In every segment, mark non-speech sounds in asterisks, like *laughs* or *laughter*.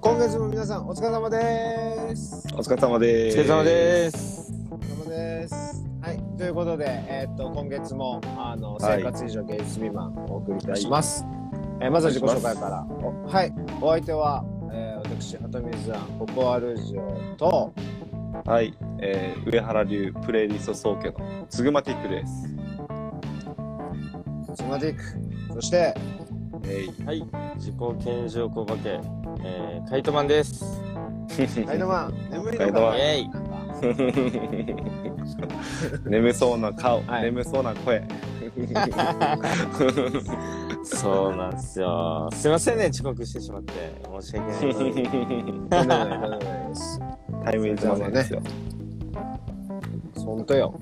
今月も皆さんお疲れ様です。お疲れ様でおす。疲れ様です。お疲れ様です。はい、ということで、えーっと今月もあのはい生活以上芸術未満お送りいたします。えーまずは自己紹介から。おはい、お相手は、えー、私鳩水さんポポアルージオとはい、えー上原流プレイリスト総家のツグマティックです。スマティック、そしてえはい、自己顕示欲お化け、えー、カイトマンです。カイドマン眠いカのイドマかンな。イエイなんかい、眠そうな顔、はい眠そうな声。そうなんですよ。すいませんね、遅刻してしまって。申し訳ない。とんでもないとんでもないです。タイミングませんですよ。本当よ。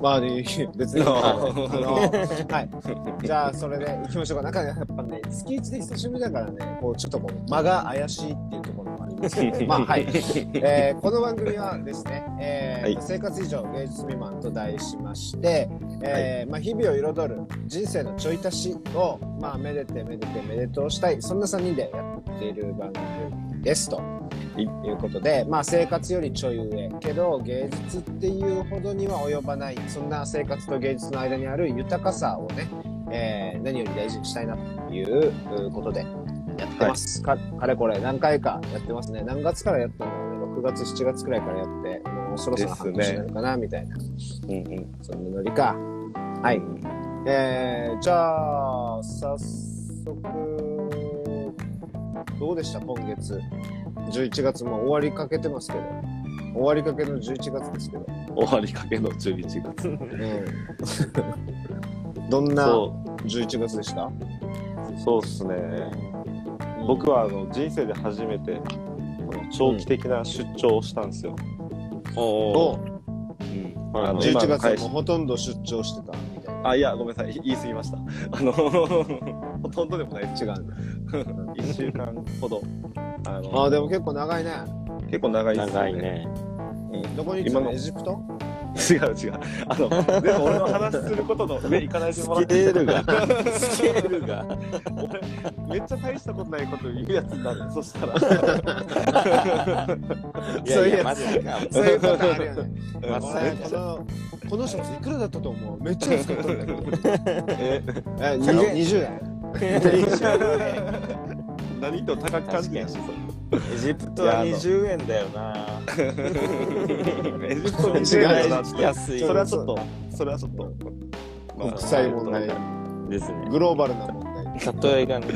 まあ、ね、別に。あの、 *laughs* はい。じゃあ、それで行きましょうか。なんかね、やっぱね、月一で久しぶりだからね、こう、ちょっとこう、間が怪しいっていうところもありますけ *laughs* ど、まあ、はい。えーこの番組はですね、えーはい生活以上芸術未満と題しまして、えーまあ、日々を彩る人生のちょい足しを、まあ、めでてめでてめでとうしたいそんな3人でやっている番組ですと。いいうことで、まあ、生活よりちょい上けど芸術っていうほどには及ばないそんな生活と芸術の間にある豊かさをね、えー何より大事にしたいなということでやってます、かかれこれ何回かやってますね何月からやったの6月7月くらいからやってもうそろそろ半で年すにねなるかな、みたいなうんうんそんなノリかはいえー、じゃあ早速どうでした今月11月も終わりかけてますけど終わりかけの11月ですけど、終わりかけの11月。 *laughs* どんなそ11月でしたう、そうっすね。僕はあの人生で初めてあの長期的な出張をしたんですよ。おおうんはいあの今11の月は会もう社ほとんど出張してたみたいなあいやごめんなさい言い過ぎました。 *laughs* あのほとんどでもないです違うんだ1週間ほどあのあーでも結構長いね結構長いですよ長いね。どこに行今ったののエジプト *laughs* 違う違うあのでも俺の話することの上行かないでスもらっケてールが、スケールが。めっちゃ大したことないこと言うやつにな *laughs* るそしたらいそういやういやつや、まさか。そういうパターンあるよねまあ俺このこの人いくらだったと思うめっちゃ安かったんだけどええ20 20円何と高く感じないし *laughs* エジプトは20円だよな。エジプそトれに違う違うぐならっいて安いそれはちょっとそれはちょっと国際問題ですね。グローバルな問題例えがね、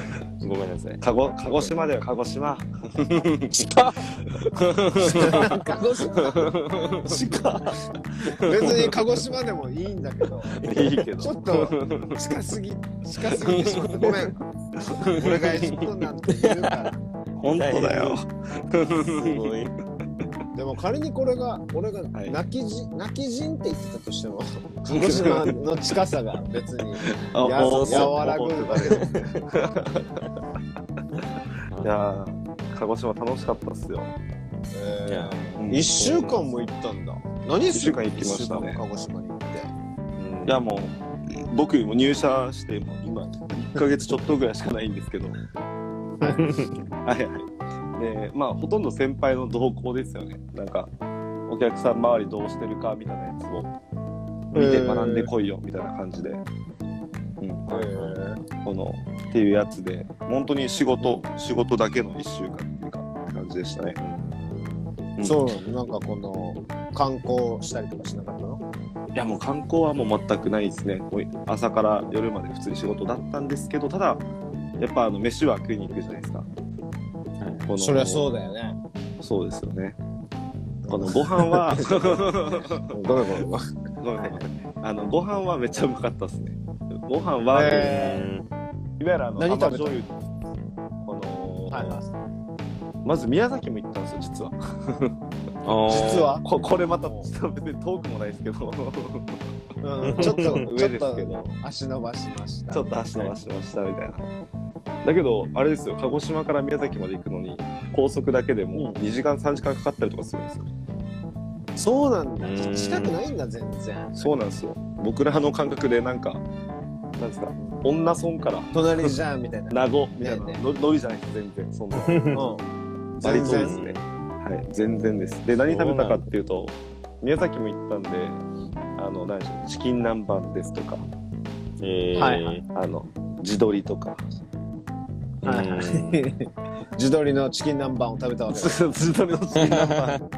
ごめんなさい。鹿児鹿児島だよ鹿児 *laughs* 島鹿児島別に鹿児島でもいいんだけどいいけどちょっと近すぎ近すぎてしまったごめん俺がエジプトなんて言うから本当だよすごい。でも仮にこれが俺がはい泣きじ、泣き人って言ってた *laughs* としても鹿児島の近さが別にあやもう和らぐんだけどいやー鹿児島楽しかったっすよえいやー一週間も行ったんだ何するの一週間行きましたね一週間も鹿児島に行っていやもう僕も入社してもう今1ヶ月ちょっとぐらいしかないんですけ *laughs* どはいはいでまあほとんど先輩の動向ですよねなんかお客さん周りどうしてるかみたいなやつを見て学んでこいよみたいな感じで、うん、このっていうやつで本当に仕事仕事だけの1週間っていうかって感じでしたねうんそうなのなんかこの観光したりとかしなかったのいやもう観光はもう全くないですねもう朝から夜まで普通に仕事だったんですけどただやっぱあの飯は食いに行くじゃないですかこのそりゃそうだよねそうですよねこのご飯 *laughs* はごめんごめんごめんごめんごめんあのご飯はめっちゃうまかったですねご飯は、えいわゆるあの何甘食べた醤油この、はいまず宮崎も行ったんですよ実は実実は、ここれまたちょっと別に遠くもないですけどうん、ちょっと *laughs* ち上ょっですけとど足伸ばしましたちょっと足伸ばしましたみたいな。だけど、あれですよ、鹿児島から宮崎まで行くのに、高速だけでも2時間、3時間かかったりとかするんですよ。そうなんだうん近くないんだ全然そうなんですよ。僕らの感覚で、なんか、なんですか、女村から隣じゃん *laughs* みたいな。名護みたいな、ねののりじゃないです全然そんなうん。バリ全島です然。ねはい全然ですで何食べたかっていうと宮崎も行ったんであの何でしょうチキン南蛮ですとかえー、はいはい。あの地鶏とかはいはい自撮りのチキン南蛮を食べ *laughs* たわけです。地鶏のチキン南蛮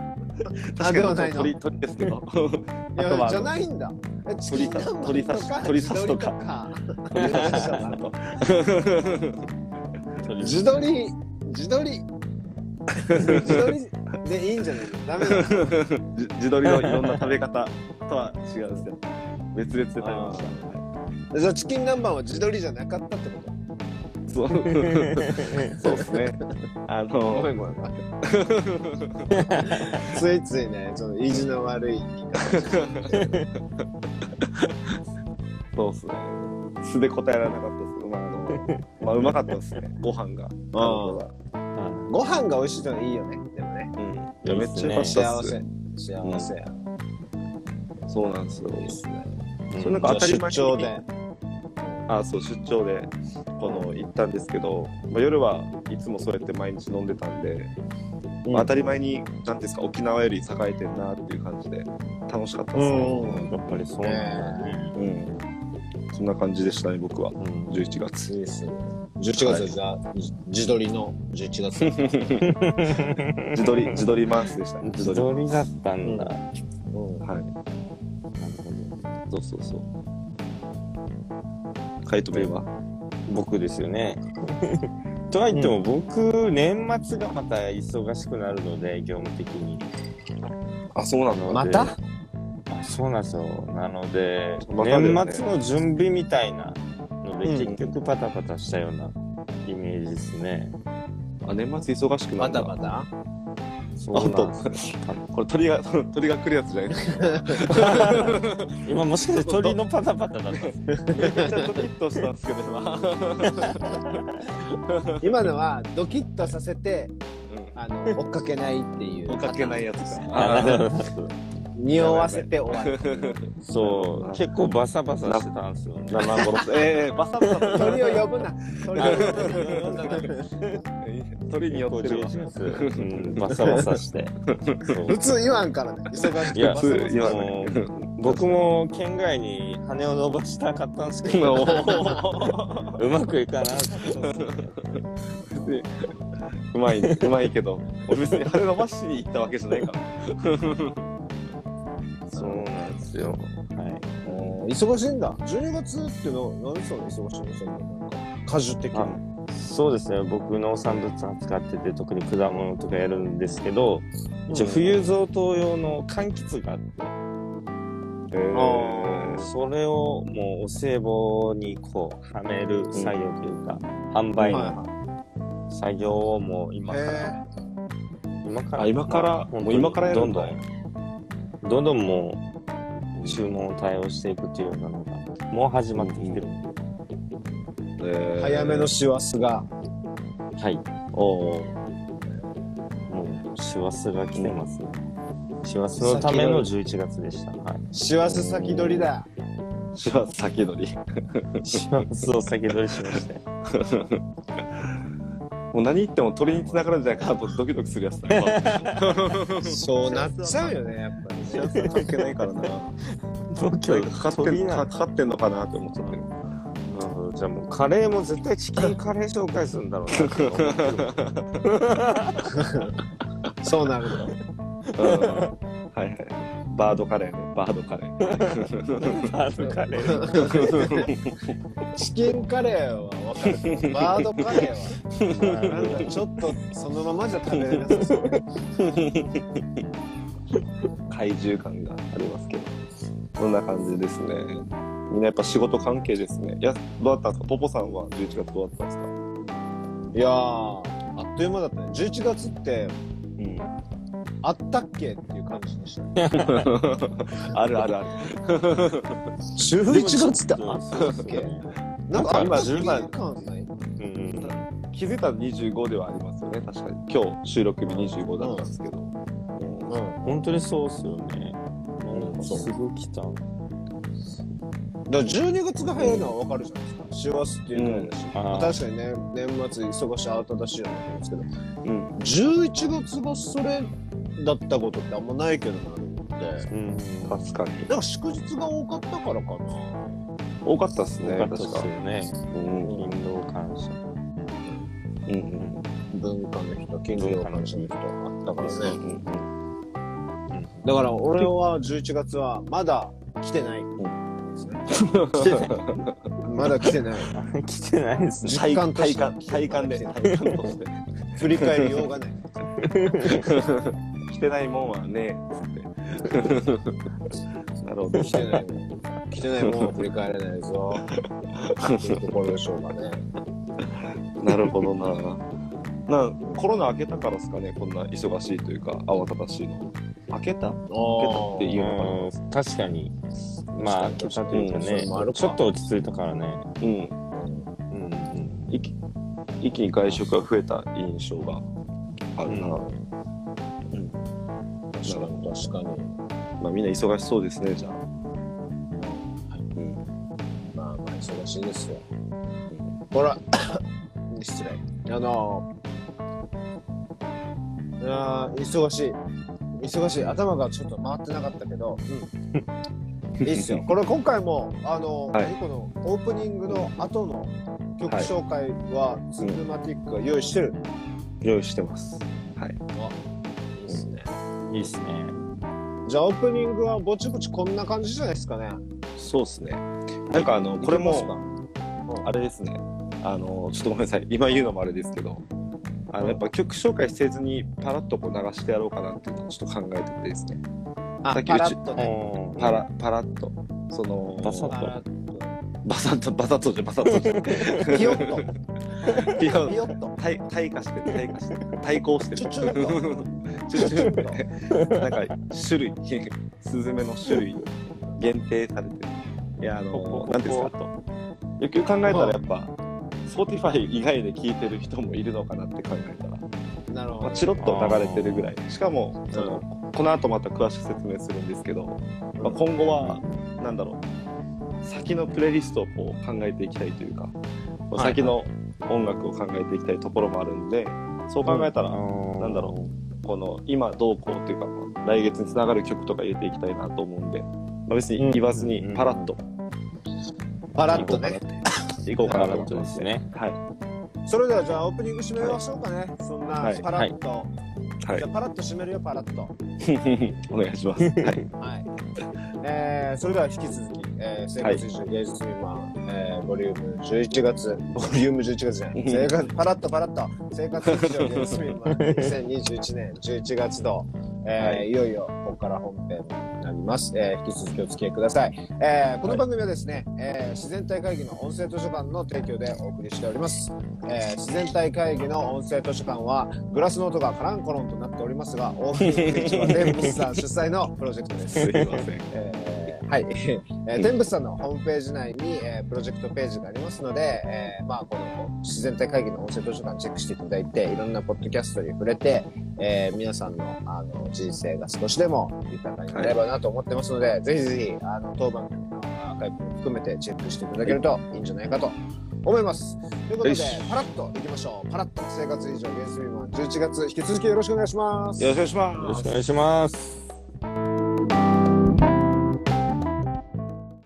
確かにではないの鳥鳥ですけどいあとや、はじゃないんだ。えチキン南鳥刺蛮としか、鳥刺しと自撮りかとか。 *laughs* 鳥刺しだなと自撮り、自撮り。自撮りでいいんじゃないのダメだ。じ地鶏のいろんな食べ方とは違うんですね別々で食べましじゃあチキン南蛮は自撮りじゃなかったってことたそうそうですねあごめのんごめん *laughs* ごめん。ついついね、ちょっと意地の悪い言い方。そうですね素で答えられなかったですけどまああのまあうまかったですねご飯があご飯が美味しいのはいいよね。でもね、うんいやめっちゃ良かったっ幸すせ。幸せや。そうなんですよいいっすね。それなんか当たり前にじゃあ出張で。あそう出張でこの行ったんですけど、まあ、夜はいつもそうやって毎日飲んでたんで、うんまあ当たり前に何ていうんですか沖縄より栄えてんなっていう感じで楽しかったですね、ん。やっぱりそうなんだね。うんそんな感じでしたね僕はうん11月いいっすね。11月じゃあ、じ自撮りの11月。 *laughs* 自撮り自撮りマンスでしたね自撮りだったんだ。なうんはいるほどそうそうそうカイトメイは僕ですよね。 *laughs* とはいっても僕、年末がまた忙しくなるので、業務的に。あそうなのまたあそうなんですよ。なので、わかるよね年末の準備みたいなので、うん結局パタパタしたようなイメージですね。あ年末忙しくなまるんだたまたそうなんですよ *laughs* これ鳥が鳥が来るやつじゃない *laughs* ですか今もしかして鳥のパタパタだったんですかめちゃくちゃドキッとしたんですけど今今のはドキッとさせてうんあの追っかけないっていう追っかけないやつ *laughs* か。あなる *laughs* ほど匂わせて終わるそう、結構バサバサしてたんですよね。生殺す。ええバサバサと鳥を呼ぶな鳥を呼ぶな鳥によってるわ。うんバサバサして。そう普通言わんからね忙しくいてやバサバサ普通言わんねもう僕も県外に羽を伸ばしたかったんですけど、うまくいかなかったですね *laughs* うまい、うまいけど、俺別に羽伸ばしに行ったわけじゃないから。そうなんですよ。はい。うん忙しいんだ12月ってのは何そう忙しいのそんななんか果樹的あにそうですね僕農産物扱ってて特に果物とかやるんですけど一応冬贈答用の柑橘があって、あそれをもうお歳暮にこうはめる作業というか、販売のは作業をもう今いから、は今あから今から本当にもう今からやるどんんだどんどんどんもう注文を対応していくっていうようなのがもう始まってきてる、い早めの。師走がはいおもう師走が来てますね。師走のための11月でした。はい、師走先取りだしは先取り。 *laughs* 師走を先取りしまして。もう何言っても鳥に繋がるんじゃないかなとドキドキするやつ *laughs* だよ。そうなっちゃうよねやっぱりしは関係ないからな。東今日かかって鳥んなかのかってんのかなって思っちゃってる。なるほど。じゃあもうカレーも絶対チキンカレー紹介するんだろうな。そうなるんだはいはい。バードカレーね。バードカレー。 *laughs* バードカレー。チキンカレーは分かるけどバードカレーはなんだちょっとそのままじゃ食べれなさそう怪獣感がありますけどそんな感じですねみんなやっぱ仕事関係ですねいやどうだったんですかポポさんは11月どうだったんですかいやーあっという間だったね11月ってあったっけっていう感じでしたねうんあるあるある11月ってうんあっそうですねなんかあったっけ今10感ないうん気づいたら25ではありますよね確かに今日収録日25だったんですけど、うん本当にそうっすよね。なんかすぐ来た。だから12月が早いのはわかるじゃないですか。師走っていうぐらいだし。まああ確かにね、年末忙しい、慌ただしいようなんですけど、うん。 11月がそれだったことってあんまないけどなと思って、ーうん確かに。なんか祝日が多かったからかな。多かったっすね、よかっ確たですよか。ねうん。うん勤労感謝うん。文化の日と金曜感謝の日とあったからうね。んだから俺は11月はまだ来てない。来てないまだ来てない。 *laughs* 来てないですね実感と体して感、体感で、体感として。 *laughs* 振り返りようがない。来てないもんはね、つ *laughs* って。なるほど。来てないもん。来てないもんは振り返れな *laughs* いぞ。っていうところでしょうかね。なるほどな。なコロナ明けたからですかね、こんな忙しいというか、慌ただしいの。明けたあーーうん確かにまあ明けたというかうんそねれもあるかちょっと落ち着いたからねうん。うん一気一気に外食が増えた印象があるな。確かに確かに。まあ、みんな忙しそうですね、じゃあ。うんまあまあ忙しいですよ。ほら、 *coughs* 失礼。あのー、あー忙しい。忙しい。頭がちょっと回ってなかったけど、いい *laughs* っすよ。これ今回も、あのーはい何このオープニングの後の曲紹介は、ズームマティックが用意してる。用意してます。はい。いいっすね。いいっすねじゃあオープニングはぼちぼちこんな感じじゃないですかね。そうですね。なんかあの、これいけまも、あれですね。あの、ちょっとごめんなさい。今言うのもあれですけど、あの、やっぱ曲紹介せずに、パラッとこう流してやろうかなっていうのをちょっと考えててですね。あ、さっきパラッとね。うんパラ、パラッと。その、バサッパ *laughs* ラッバサッと、バサッとじゃ、バサッとじと。ピヨッと。ゃ。ピヨンピヨッと。対対化してる、対化してる。対抗してる。ちょちょっとちょちょっとなんか、種類、 *laughs* スズメの種類、限定されてる。いや、あここのこ、こなんていうんですか、よくよく考えたらやっぱ、Spotify 以外で聴いてる人もいるのかなって考えたら、なるほまどあ、。チロッと流れてるぐらい。しかも、その、この後また詳しく説明するんですけど、まあ、今後は、なんだろう、先のプレイリストをこう考えていきたいというか、はい先の音楽を考えていきたいところもあるんで、そう考えたら、なんだろう、この今どうこうというか、まあ来月につながる曲とか入れていきたいなと思うんで、まあ、別に言わずにうんパラッとパラッとね。いこうパかラなと思ってッとまですすね。ねはい。それではじゃあオープニング締めましょうかね、そんなはいパラッと、はじゃあパラッと締めるよパラッとい。お願いします。はい。はい、えー、それでは引き続き、えー、生活中芸術未満、えー、ボリューム11月ボリューム11月じゃない生活パラッとパラッと生活日常芸術未満2021年11月度えー、はいよいよここから本編になります、えー、引き続きお付き合いください、えー、この番組はですね、えー自然体会議の音声図書館の提供でお送りしております、えー自然体会議の音声図書館はグラスノートがカランコロンとなっておりますが大きい一番天物さん主催のプロジェクトですすいません。えーはい、えー、天仏さんのホームページ内に、えープロジェクトページがありますので、えーまあ、この自然体会議の音声図書館チェックしていただいていろんなポッドキャストに触れて、えー皆さんのあの人生が少しでも豊かになればなと思ってますので、ぜひぜひあの当番組のアーカイブも含めてチェックしていただけるといいんじゃないかと思います。ということよでしパラッといきましょうパラッと生活以上原水も11月引き続きよろしくお願いします。よろしくお願いしよまろしすくお。願いします